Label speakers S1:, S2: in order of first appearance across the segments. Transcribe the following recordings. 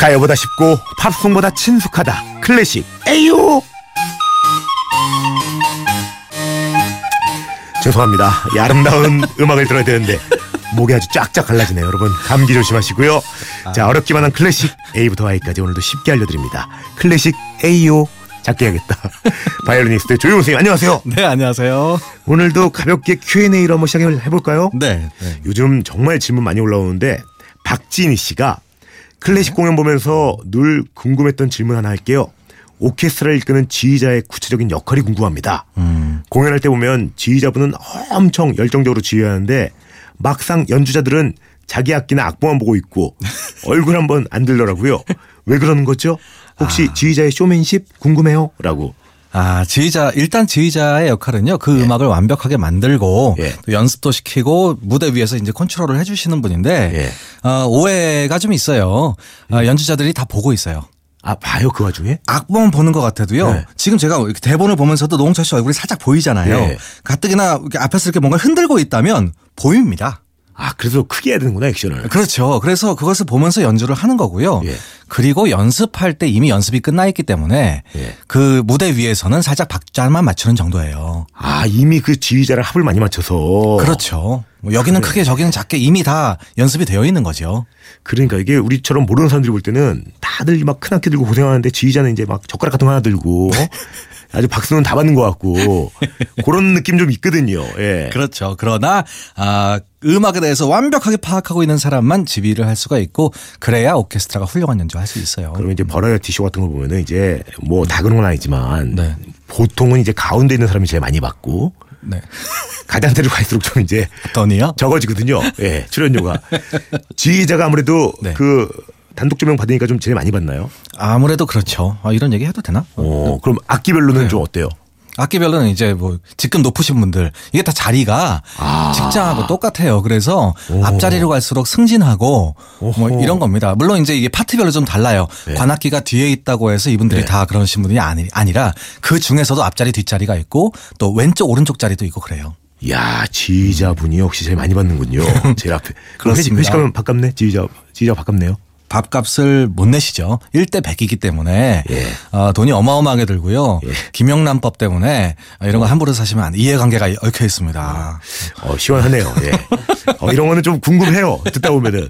S1: 노래보다 쉽고 팝송보다 친숙하다 클래식 에이오 죄송합니다 이 아름다운 음악을 들어야 되는데 목이 아주 쫙쫙 갈라지네요 여러분 감기 조심하시고요 자 어렵기만 한 클래식 A부터 Y까지 오늘도 쉽게 알려드립니다 클래식 에이오 작게 해야겠다 바이올리니스트 조용호 선생님 안녕하세요
S2: 네, 안녕하세요.
S1: 오늘도 가볍게 Q&A로 한번 시작해볼까요?
S2: 네. 네.
S1: 요즘 정말 질문 많이 올라오는데 박진희 씨가 클래식 공연 보면서 늘 궁금했던 질문 하나 할게요. 오케스트라를 이끄는 지휘자의 구체적인 역할이 궁금합니다. 공연할 때 보면 지휘자분은 엄청 열정적으로 지휘하는데 막상 연주자들은 자기 악기나 악보만 보고 있고 얼굴 한번 안 들더라고요. 왜 그러는 거죠? 혹시 지휘자의 쇼맨십 궁금해요? 라고.
S2: 아, 지휘자, 일단 지휘자의 역할은요, 그 음악을 완벽하게 만들고,
S1: 예.
S2: 또 연습도 시키고, 무대 위에서 이제 컨트롤을 해주시는 분인데,
S1: 예.
S2: 어, 오해가 좀 있어요. 어, 연주자들이 다 보고 있어요.
S1: 아, 봐요, 그 와중에?
S2: 악보만 보는 것 같아도
S1: 네.
S2: 지금 제가 이렇게 대본을 보면서도 노홍철 씨 얼굴이 살짝 보이잖아요.
S1: 예.
S2: 가뜩이나 이렇게 앞에서 이렇게 뭔가 흔들고 있다면 보입니다.
S1: 아, 그래서 크게 해야 되는구나, 액션을.
S2: 그렇죠. 그래서 그것을 보면서 연주를 하는 거고요.
S1: 예.
S2: 그리고 연습할 때 이미 연습이 끝나 있기 때문에
S1: 예.
S2: 그 무대 위에서는 살짝 박자만 맞추는 정도예요.
S1: 아, 이미 그 지휘자랑 합을 많이 맞춰서.
S2: 그렇죠. 뭐 여기는 크게 저기는 작게 이미 다 연습이 되어 있는 거죠.
S1: 그러니까 이게 우리처럼 모르는 사람들이 볼 때는 다들 막 큰 악기 들고 고생하는데 지휘자는 이제 막 젓가락 같은 거 하나 들고 어? 아주 박수는 다 받는 것 같고 그런 느낌 좀 있거든요. 예.
S2: 그렇죠. 그러나 아, 음악에 대해서 완벽하게 파악하고 있는 사람만 지휘를 할 수가 있고 그래야 오케스트라가 훌륭한 연주할 수 있어요.
S1: 그러면 이제 버라이어티 쇼 같은 걸 보면은 이제 뭐 다 그런 건 아니지만
S2: 네.
S1: 보통은 이제 가운데 있는 사람이 제일 많이 받고
S2: 네.
S1: 가장자리로 갈수록 좀 이제
S2: 더니요?
S1: 적어지거든요. 예, 출연료가 지휘자가 아무래도
S2: 네.
S1: 그 단독 조명 받으니까 좀 제일 많이 받나요?
S2: 아무래도 그렇죠. 아, 이런 얘기 해도 되나?
S1: 어, 그럼 악기별로는
S2: 네.
S1: 좀 어때요?
S2: 악기별로는 이제 뭐 직급 높으신 분들 이게 다 자리가
S1: 아.
S2: 직장하고 똑같아요. 그래서 앞자리로 갈수록 승진하고
S1: 오호.
S2: 뭐 이런 겁니다. 물론 이제 이게 파트별로 좀 달라요.
S1: 네.
S2: 관악기가 뒤에 있다고 해서 이분들이 다 그러신 분이 아니, 아니라 그 중에서도 앞자리 뒷자리가 있고 또 왼쪽 오른쪽 자리도 있고 그래요.
S1: 야 지휘자분이 역시 제일 많이 받는군요. 제일 앞에.
S2: 그렇습니다.
S1: 회식, 회식하면 바깝네. 지휘자 지휘자 바깝네요.
S2: 밥값을 못 내시죠. 1대 100이기 때문에
S1: 예.
S2: 어, 돈이 어마어마하게 들고요.
S1: 예.
S2: 김영란법 때문에 이런 거 함부로 사시면 안 이해관계가 얽혀 있습니다.
S1: 어, 시원하네요. 예. 어, 이런 거는 좀 궁금해요. 듣다 보면은.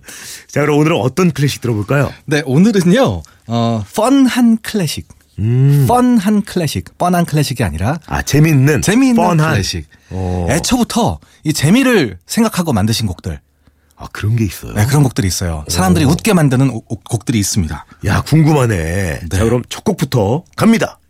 S1: 자 그럼 오늘은 어떤 클래식 들어볼까요?
S2: 네, 오늘은요. 어, 펀한 클래식.
S1: 음.
S2: 펀한 클래식. 뻔한 클래식이 아니라
S1: 아 재밌는
S2: 재미있는
S1: 뻔한.
S2: 클래식.
S1: 어.
S2: 애초부터 이 재미를 생각하고 만드신 곡들.
S1: 아 그런 게 있어요.
S2: 네, 그런 곡들이 있어요. 사람들이 웃게 만드는 오- 오- 곡들이 있습니다.
S1: 야 궁금하네. 자 그럼 첫 곡부터 갑니다.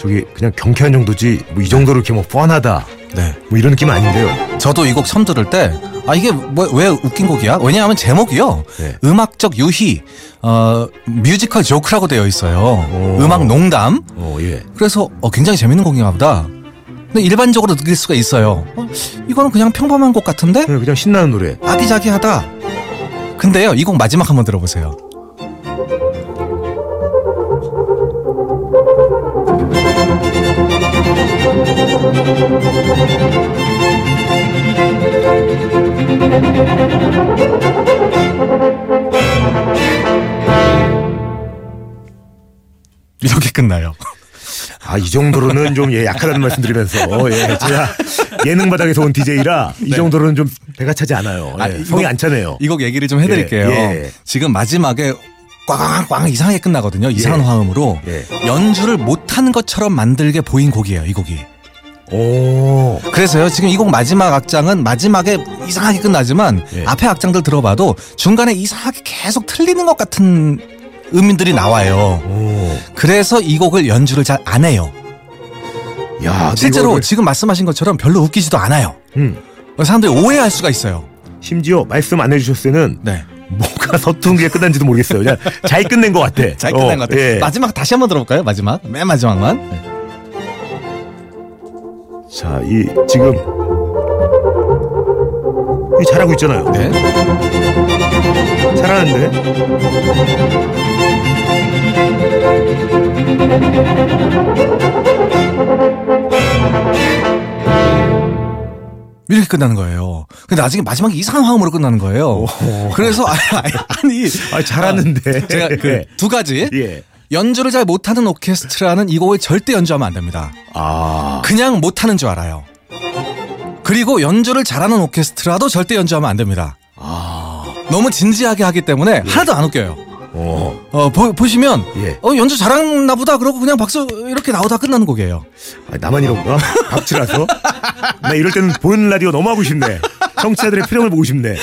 S1: 저기 그냥 경쾌한 정도지 뭐 이 정도로 이렇게 뭐 뻔하다
S2: 네.
S1: 뭐 이런 느낌 은 아닌데요.
S2: 저도 이 곡 처음 들을 때, 아, 이게 뭐, 왜 웃긴 곡이야? 왜냐하면 제목이요.
S1: 네.
S2: 음악적 유희, 어, 뮤지컬 조크라고 되어 있어요.
S1: 오.
S2: 음악 농담.
S1: 어 예.
S2: 그래서 어, 굉장히 재밌는 곡인가 보다. 근데 일반적으로 느낄 수가 있어요. 어, 이거는 그냥 평범한 곡 같은데?
S1: 그냥 그냥 신나는 노래.
S2: 아기자기하다. 근데요, 이 곡 마지막 한번 들어보세요. 이렇게 끝나요.
S1: 아, 이 정도로는 좀 예, 약하다는 말씀 드리면서 어, 예, 제가 예능 바닥에서 온 DJ라 이 정도로는 좀 배가 차지 않아요. 예,
S2: 네. 아, 이거-
S1: 성이 안 차네요.
S2: 이 곡 얘기를 좀 해드릴게요.
S1: 예, 예.
S2: 지금 마지막에 꽝꽝 이상하게 끝나거든요. 이상한 화음으로
S1: 예.
S2: 연주를 못한 것처럼 만들게 보인 곡이에요. 이 곡이.
S1: 오.
S2: 그래서요. 지금 이 곡 마지막 악장은 마지막에 이상하게 끝나지만
S1: 예.
S2: 앞에 악장들 들어봐도 중간에 이상하게 계속 틀리는 것 같은 음들이 나와요.
S1: 오.
S2: 그래서 이 곡을 연주를 잘 안 해요.
S1: 야,
S2: 실제로
S1: 아, 이거를-
S2: 지금 말씀하신 것처럼 별로 웃기지도 않아요.
S1: 음,
S2: 사람들이 오해할 수가 있어요.
S1: 심지어 말씀 안 해주셨을 때는
S2: 네.
S1: 뭔가 서툰 게 끝난지도 모르겠어요. 그냥 잘 끝낸 것 같아.
S2: 잘 끝난
S1: 어,
S2: 것 같아요.
S1: 예.
S2: 마지막 다시 한번 들어볼까요? 마지막. 맨 마지막만. 네.
S1: 자, 이 지금 이 잘하고 있잖아요.
S2: 네.
S1: 잘하는데.
S2: 이렇게 끝나는 거예요. 근데 나중에 마지막에 이상한 화음으로 끝나는 거예요. 그래서 아, 아니,
S1: 아, 잘하는데.
S2: 제가 그
S1: 예.
S2: 두 가지
S1: 예.
S2: 연주를 잘 못하는 오케스트라는 이 곡을 절대 연주하면 안 됩니다.
S1: 아.
S2: 그냥 못하는 줄 알아요. 그리고 연주를 잘하는 오케스트라도 절대 연주하면 안 됩니다.
S1: 아.
S2: 너무 진지하게 하기 때문에 하나도 안 웃겨요.
S1: 어.
S2: 어, 보, 시면
S1: 예.
S2: 어, 연주 잘하나 보다 그러고 그냥 박수 이렇게 나오다 끝나는 곡이에요.
S1: 아, 나만 이런가? 박치라서? 나 이럴 때는 보는 라디오 너무 하고 싶네. 청취자들의 표정을 보고 싶네.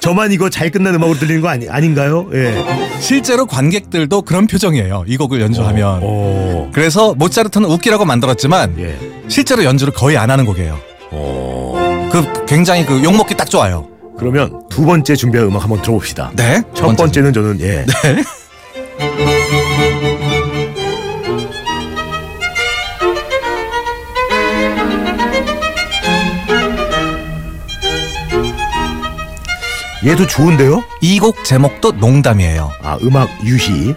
S1: 저만 이거 잘 끝난 음악으로 들리는 거 아니, 아닌가요? 예.
S2: 실제로 관객들도 그런 표정이에요. 이 곡을 연주하면.
S1: 오.
S2: 그래서 모차르트는 웃기라고 만들었지만
S1: 어, 예.
S2: 실제로 연주를 거의 안 하는 곡이에요.
S1: 오.
S2: 그 굉장히 그 욕먹기 딱 좋아요.
S1: 어. 그러면 두 번째 준비한 음악 한번 들어봅시다.
S2: 네.
S1: 첫 번째는 저는 예. 얘도 좋은데요?
S2: 이 곡 제목도 농담이에요.
S1: 아 음악 유희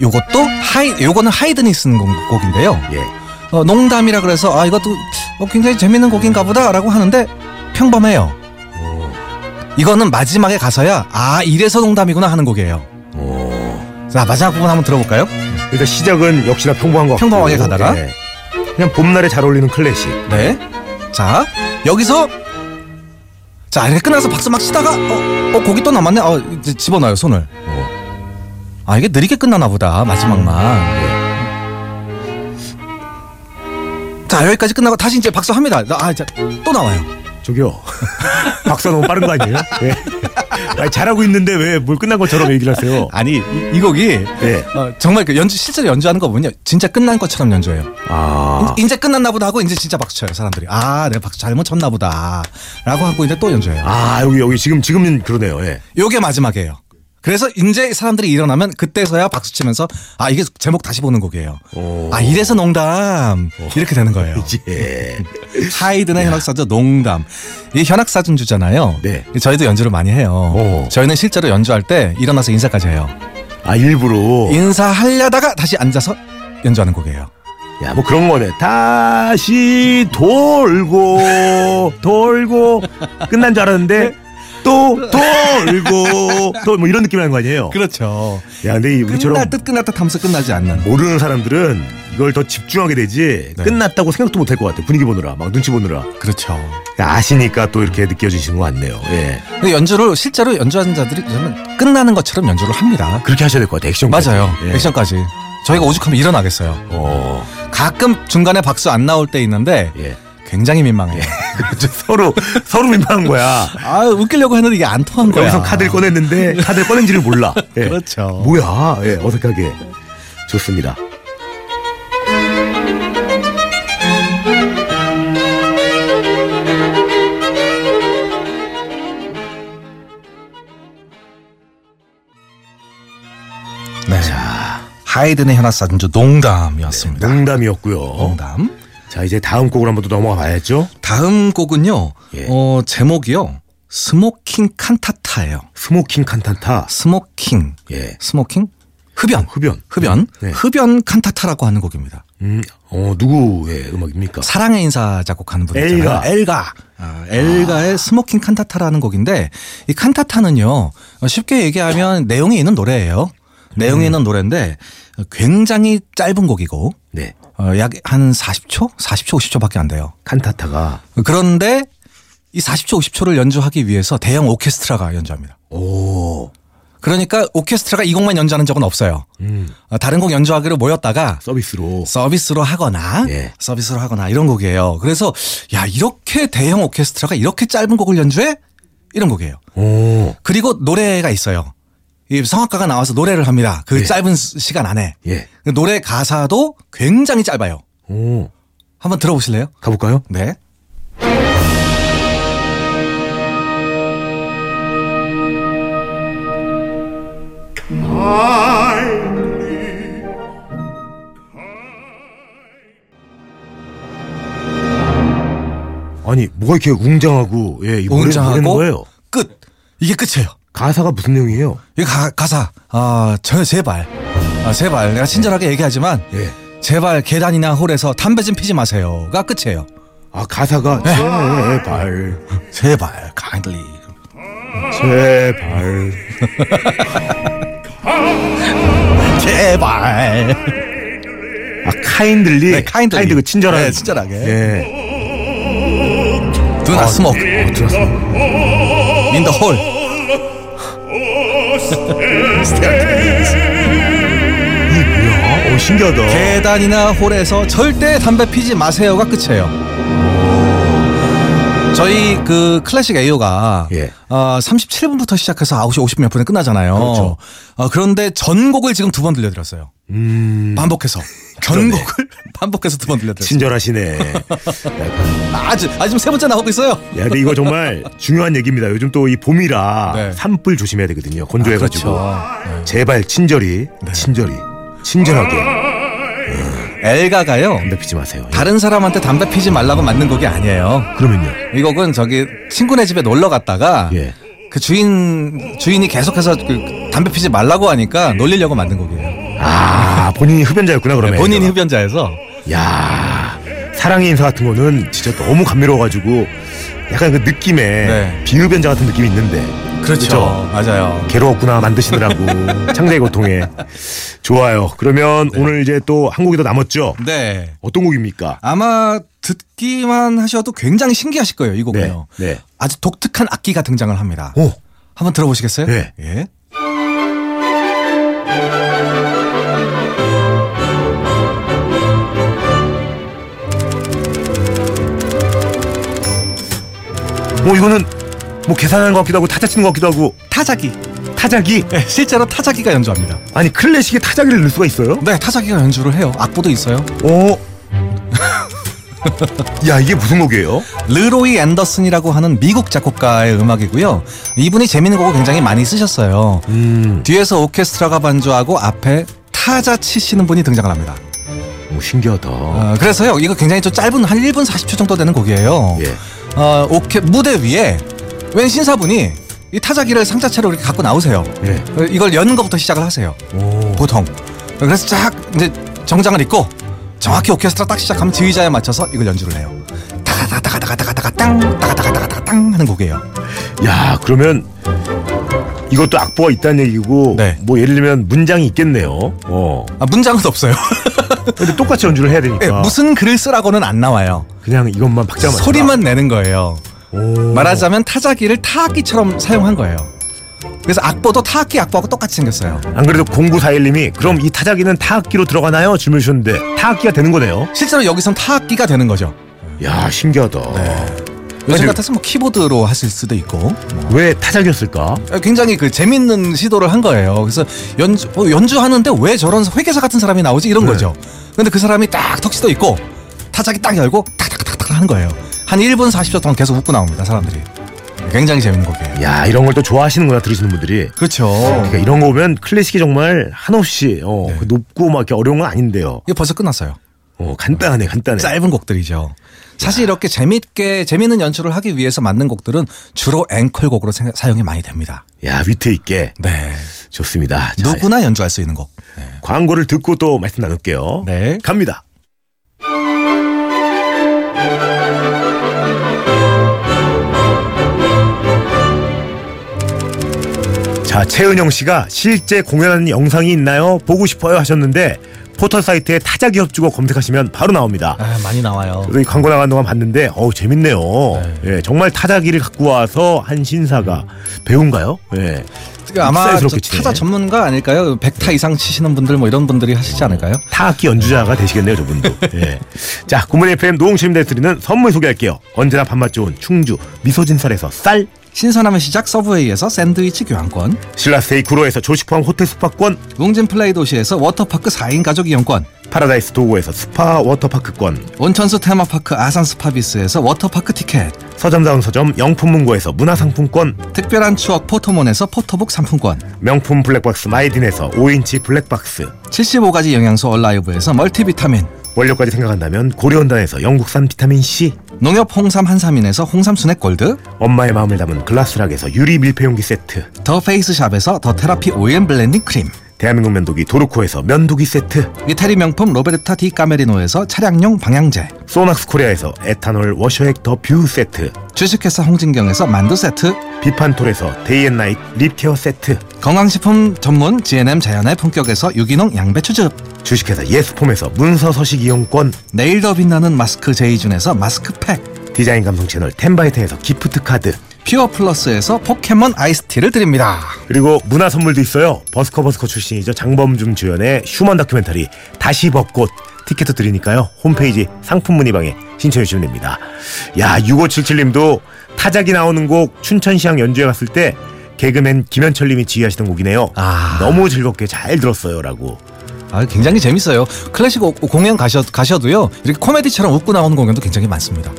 S2: 요것도 하이 요거는 하이든이 쓴 곡- 곡인데요.
S1: 예.
S2: 어, 농담이라 그래서 아 이것도 어, 굉장히 재밌는 곡인가 보다라고 하는데 평범해요.
S1: 어,
S2: 이거는 마지막에 가서야 아 이래서 농담이구나 하는 곡이에요. 자 마지막 부분 한번 들어볼까요?
S1: 어. 일단 시작은 역시나 평범한 것 같고
S2: 평범하게 가다가?
S1: 예. 그냥 봄날에 잘 어울리는 클래식
S2: 네. 자 여기서 자 이렇게 끝나서 박수 막 치다가 어, 어 곡이 또 남았네. 어 이제 집어넣어요 손을. 아 이게 느리게 끝나나 보다 마지막만.
S1: 예.
S2: 자 여기까지 끝나고 다시 이제 박수 합니다. 아 이제 또 나와요.
S1: 저기요 박사 너무 빠른 거 아니에요? 예. 아니, 잘하고 있는데 왜 뭘 끝난 것처럼 얘기를 하세요?
S2: 아니 이, 이 곡이
S1: 예.
S2: 어, 정말 그 연주 실제로 연주하는 거 보면요 진짜 끝난 것처럼 연주해요.
S1: 아
S2: 이제 끝났나 보다 하고 이제 진짜 박수 쳐요 사람들이. 아 내가 박수 잘못 쳤나 보다라고 하고 이제 또 연주해요.
S1: 아 여기 여기 지금 지금은 그러네요. 예.
S2: 요게 마지막이에요. 그래서 이제 사람들이 일어나면 그때서야 박수 치면서 아 이게 제목 다시 보는 곡이에요.
S1: 오.
S2: 아 이래서 농담 이렇게 되는 거예요.
S1: 어. 예.
S2: 하이든의 현악사조 농담. 이 현악사준주잖아요.
S1: 네.
S2: 저희도 연주를 많이 해요.
S1: 오.
S2: 저희는 실제로 연주할 때 일어나서 인사까지 해요.
S1: 아 일부러
S2: 어. 인사하려다가 다시 앉아서 연주하는 곡이에요.
S1: 야 뭐 그런 거네. 다시 돌고 돌고 끝난 줄 알았는데 또 돌고 또 뭐 이런 느낌이라는 거 아니에요?
S2: 그렇죠.
S1: 야 근데 이 우리처럼
S2: 끝날 듯 끝날 듯 하면서 끝나지 않는.
S1: 모르는 사람들은 이걸 더 집중하게 되지
S2: 네.
S1: 끝났다고 생각도 못 할 것 같아. 분위기 보느라 막 눈치 보느라
S2: 그렇죠.
S1: 아시니까 또 이렇게 느껴지시는 것 같네요. 예
S2: 근데 연주를 실제로 연주하는 자들이 저는 끝나는 것처럼 연주를 합니다.
S1: 그렇게 하셔야 될 것 같아. 액션
S2: 맞아요.
S1: 예.
S2: 액션까지. 저희가 오죽하면 일어나겠어요.
S1: 어
S2: 가끔 중간에 박수 안 나올 때 있는데
S1: 예.
S2: 굉장히 민망해요.
S1: 그렇죠. 서로 서로 민망한 거야.
S2: 아 웃기려고 했는데 이게 안 통한 거야.
S1: 여기서 카드를 꺼냈는데 카드를 꺼낸지를 몰라. 예.
S2: 그렇죠.
S1: 뭐야? 예, 어색하게. 좋습니다.
S2: 네. 하이든의 현악사준주 농담이었습니다.
S1: 농담이었고요.
S2: 네. 어? 농담.
S1: 자, 이제 다음 곡으로 한번 또 넘어가 봐야죠.
S2: 다음 곡은요.
S1: 예.
S2: 어, 제목이요. 스모킹 칸타타예요.
S1: 스모킹 칸탄타.
S2: 스모킹.
S1: 예.
S2: 스모킹? 흡연.
S1: 흡연.
S2: 흡연.
S1: 네.
S2: 흡연 칸타타라고 하는 곡입니다.
S1: 음, 어, 누구의 음악입니까?
S2: 사랑의 인사 작곡하는 분이
S1: 엘가.
S2: 있잖아요. 엘가. 아, 엘가의 스모킹 칸타타라는 곡인데 이 칸타타는요. 어, 쉽게 얘기하면 내용이 있는 노래예요.
S1: 음.
S2: 내용이 있는 노래인데 굉장히 짧은 곡이고 어,
S1: 네.
S2: 약 한 40초? 40초 50초밖에 안 돼요.
S1: 칸타타가.
S2: 그런데 이 40초 50초를 연주하기 위해서 대형 오케스트라가 연주합니다.
S1: 오.
S2: 그러니까 오케스트라가 이 곡만 연주하는 적은 없어요.
S1: 음.
S2: 어, 다른 곡 연주하기로 모였다가
S1: 서비스로.
S2: 뭐 서비스로 하거나
S1: 예.
S2: 서비스로 하거나 이런 곡이에요. 그래서 야 이렇게 대형 오케스트라가 이렇게 짧은 곡을 연주해 이런 곡이에요.
S1: 오.
S2: 그리고 노래가 있어요. 이 성악가가 나와서 노래를 합니다. 그
S1: 예.
S2: 짧은 시- 시간 안에
S1: 예.
S2: 그 노래 가사도 굉장히 짧아요.
S1: 오.
S2: 한번 들어보실래요?
S1: 가볼까요?
S2: 네.
S1: 아니, 뭐가 이렇게 웅장하고, 예, 이 노래를 부르는
S2: 웅장하고
S1: 거예요?
S2: 끝. 이게 끝이에요.
S1: 가사가 무슨 내용이에요?
S2: 이 가, 가사 아 저 제발 아, 제발 내가 친절하게 얘기하지만
S1: 예.
S2: 제발 계단이나 홀에서 담배 좀 피지 마세요가 끝이에요.
S1: 아 가사가 제발
S2: 예. 제발 kindly.
S1: 제발
S2: 제발.
S1: 아 카인들리
S2: 네, kindly.
S1: 카인드 그 친절한
S2: 네, 친절하게.
S1: 예.
S2: Do not smoke
S1: 어, 들었어.
S2: in the hole.
S1: 이야, 어 신기하다.
S2: 계단이나 홀에서 절대 담배 피지 마세요가 끝이에요. 저희 그 클래식 AO가
S1: 예.
S2: 어, 37분부터 시작해서 9시 50몇 분에 끝나잖아요.
S1: 그렇죠.
S2: 어, 그런데 전곡을 지금 두 번 들려드렸어요.
S1: 음
S2: 반복해서 전곡을 반복해서 두 번 들려드렸어요.
S1: 친절하시네.
S2: 아주 아직 세 번째 나오고 있어요.
S1: 야, 근데 이거 정말 중요한 얘기입니다. 요즘 또 이 봄이라
S2: 네.
S1: 산불 조심해야 되거든요. 건조해가지고 네.
S2: 아,
S1: 제발 친절히 친절히 친절하게
S2: 엘가가요.
S1: 담배 피지 마세요. 예.
S2: 다른 사람한테 담배 피지 말라고 만든 곡이 아니에요.
S1: 그러면요.
S2: 이 곡은 저기 친구네 집에 놀러 갔다가
S1: 예.
S2: 그 주인 주인이 계속해서 그 담배 피지 말라고 하니까 놀리려고 만든 곡이에요.
S1: 아 본인이 흡연자였구나 그러면.
S2: 네, 본인이 흡연자여서
S1: 야 사랑의 인사 같은 거는 진짜 너무 감미로워가지고 약간 그 느낌에
S2: 네. 그렇죠.
S1: 비흡연자 같은 느낌이 있는데 그렇죠.
S2: 맞아요.
S1: 괴로웠구나 만드시느라고 창작의 고통에 좋아요 그러면 오늘 이제 또 한 곡이 더 남았죠
S2: 네.
S1: 어떤 곡입니까
S2: 아마 듣기만 하셔도 굉장히 신기하실 거예요, 이 곡은요.
S1: 네, 네.
S2: 아주 독특한 악기가 등장을 합니다.
S1: 오
S2: 한번 들어보시겠어요?
S1: 네.
S2: 예.
S1: 뭐 이거는 뭐 계산하는 것 같기도 하고 타자 치는 것 같기도 하고
S2: 타자기.
S1: 타자기
S2: 네, 실제로 타자기가 연주합니다.
S1: 아니 클래식에 타자기를 넣을 수가 있어요
S2: 네, 타자기가 연주를 해요. 악보도 있어요.
S1: 어. 야 이게 무슨 곡이에요
S2: 르로이 앤더슨이라고 하는 미국 작곡가의 음악이고요. 이분이 재밌는 곡을 굉장히 많이 쓰셨어요.
S1: 음
S2: 뒤에서 오케스트라가 반주하고 앞에 타자 치시는 분이 등장을 합니다.
S1: 오, 신기하다
S2: 어, 그래서요, 이거 굉장히 좀 짧은 한 1분 40초 정도 되는 곡이에요.
S1: 예
S2: 어, 오케 무대 위에 웬 신사분이 이 타자기를 상자채로 이렇게 갖고 나오세요.
S1: 예.
S2: 어, 이걸 여는 것부터 시작을 하세요.
S1: 오.
S2: 보통. 그래서 쫙 이제 정장을 입고 정확히 오케스트라 딱 시작하면 지휘자에 맞춰서 이걸 연주를 해요. 따가다가다가다가다가 땅, 따가다가다가다가 땅 하는 곡이에요.
S1: 야 그러면 이것도 악보가 있다는 얘기고
S2: 네.
S1: 뭐 예를 들면 문장이 있겠네요. 어.
S2: 아, 문장은 없어요.
S1: 근데 똑같이 연주를 해야 되니까
S2: 예, 무슨 글을 쓰라고는 안 나와요.
S1: 그냥 이것만 박자만
S2: 소리만 내는 거예요.
S1: 오.
S2: 말하자면 타자기를 타악기처럼 사용한 거예요. 그래서 악보도 타악기 악보하고 똑같이 생겼어요.
S1: 안 그래도 0941님이 그럼 이 타자기는 타악기로 들어가나요? 질문 주셨는데 타악기가 되는 거네요.
S2: 실제로 여기선 타악기가 되는 거죠.
S1: 야 신기하다.
S2: 요즘
S1: 네. 아니,
S2: 같아서 뭐 키보드로 하실 수도 있고
S1: 왜 타자기였을까?
S2: 굉장히 그 재밌는 시도를 한 거예요. 그래서 연주 어, 연주하는데 왜 저런 회계사 같은 사람이 나오지 이런 거죠. 근데 그 사람이 딱 턱시도 있고 타자기 딱 열고 탁탁탁탁 하는 거예요. 한 1분 40초 동안 계속 웃고 나옵니다. 사람들이 굉장히 재밌는 곡이에요.
S1: 야 이런 걸 또 좋아하시는구나 들으시는 분들이.
S2: 그렇죠.
S1: 그러니까 이런 거 보면 클래식이 정말 한없이 어, 그 높고 막 이렇게 어려운 건 아닌데요.
S2: 이거 벌써 끝났어요.
S1: 어, 간단하네 간단해.
S2: 짧은 곡들이죠. 사실 이렇게 재밌게 재밌는 연출을 하기 위해서 만든 곡들은 주로 앵콜곡으로 생- 사용이 많이 됩니다.
S1: 야 위트 있게
S2: 네.
S1: 좋습니다. 자,
S2: 누구나 연주할 수 있는 곡.
S1: 광고를 듣고 또 말씀 나눌게요.
S2: 네.
S1: 갑니다. 자, 최은영 씨가 실제 공연하는 영상이 있나요? 보고 싶어요 하셨는데 포털 사이트에 타자기 협주곡 검색하시면 바로 나옵니다.
S2: 아, 많이 나와요.
S1: 저도 이 광고 나간 동안 봤는데 어우 재밌네요. 예, 정말 타자기를 갖고 와서 한 신사가 배운가요? 예.
S2: 그러니까 아마 저
S1: 흡사해스럽게 치네.
S2: 타자 전문가 아닐까요? 100타 이상 치시는 분들 뭐 이런 분들이 하시지 않을까요?
S1: 타악기 연주자가 되시겠네요, 저분도. 예. 자, 구문 FM 노홍철입니다. 드리는 선물 소개할게요. 언제나 밥맛 좋은 충주 미소진설에서 쌀,
S2: 신선함의 시작 서브웨이에서 샌드위치 교환권,
S1: 신라스테이 구로에서 조식 포함 호텔 숙박권,
S2: 웅진 플레이 도시에서 워터파크 4인 가족 이용권,
S1: 파라다이스 도고에서 스파 워터파크권,
S2: 온천수 테마파크 아산 스파비스에서 워터파크 티켓,
S1: 서점다운 서점 영품문고에서 문화상품권,
S2: 특별한 추억 포토몬에서 포토북 상품권,
S1: 명품 블랙박스 마이딘에서 5인치 블랙박스,
S2: 75가지 영양소 얼라이브에서 멀티비타민,
S1: 원료까지 생각한다면 고려온단에서 영국산 비타민C,
S2: 농협 홍삼 한삼인에서 홍삼 순액 골드,
S1: 엄마의 마음을 담은 글라스락에서 유리 밀폐용기 세트,
S2: 더 페이스샵에서 더 테라피 오일 블렌딩 크림,
S1: 대한민국 면도기 도르코에서 면도기 세트,
S2: 이태리 명품 로베르타 디 까메리노에서 차량용 방향제
S1: 소낙스 코리아에서 에탄올 워셔액 더 뷰 세트,
S2: 주식회사 홍진경에서 만두 세트
S1: 비판톨에서 데이앤나잇 립케어 세트,
S2: 건강식품 전문 GNM 자연의 품격에서 유기농 양배추즙
S1: 주식회사 예스폼에서 문서 서식 이용권,
S2: 내일 더 빛나는 마스크 제이준에서 마스크팩
S1: 디자인 감성 채널 텐바이트에서 기프트 카드,
S2: 퓨어 플러스에서 포켓몬 아이스티를 드립니다.
S1: 그리고 문화 선물도 있어요. 버스커 버스커 출신이죠. 장범준 주연의 휴먼 다큐멘터리 다시 벚꽃 티켓도 드리니까요. 홈페이지 상품 문의방에 신청해 주시면 됩니다. 야 6577님도 타작이 나오는 곡 춘천시향 연주회 갔을 때 개그맨 김현철님이 지휘하시던 곡이네요.
S2: 아.
S1: 너무 즐겁게 잘 들었어요라고.
S2: 아, 굉장히 재밌어요. 클래식 오- 공연 가셔, 가셔도요. 이렇게 코미디처럼 웃고 나오는 공연도 굉장히 많습니다.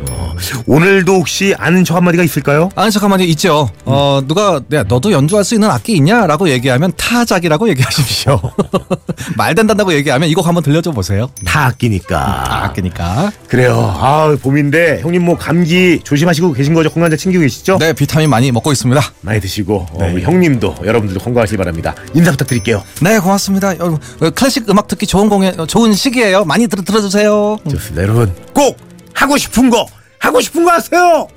S1: 오늘도 혹시 아는 척 한마디가 있을까요?
S2: 아는 척 한마디 있죠. 어, 누가 야, 너도 연주할 수 있는 악기 있냐? 라고 얘기하면 타작이라고 얘기하십시오. 말 된다고 얘기하면 이 곡 한번 들려줘 보세요.
S1: 다 아끼니까.
S2: 악기니까.
S1: 그래요. 아 봄인데 형님 뭐 감기 조심하시고 계신 거죠? 건강자 챙기고 계시죠?
S2: 네, 비타민 많이 먹고 있습니다.
S1: 많이 드시고 어, 우리 형님도 여러분들도 건강하시길 바랍니다. 인사 부탁드릴게요.
S2: 네, 고맙습니다. 여러분, 어, 클래식 음악 듣기 좋은 공연, 어, 좋은 시기예요. 많이 들, 들어주세요.
S1: 좋습니다. 여러분 꼭 하고 싶은 거 하고 싶은 거 하세요.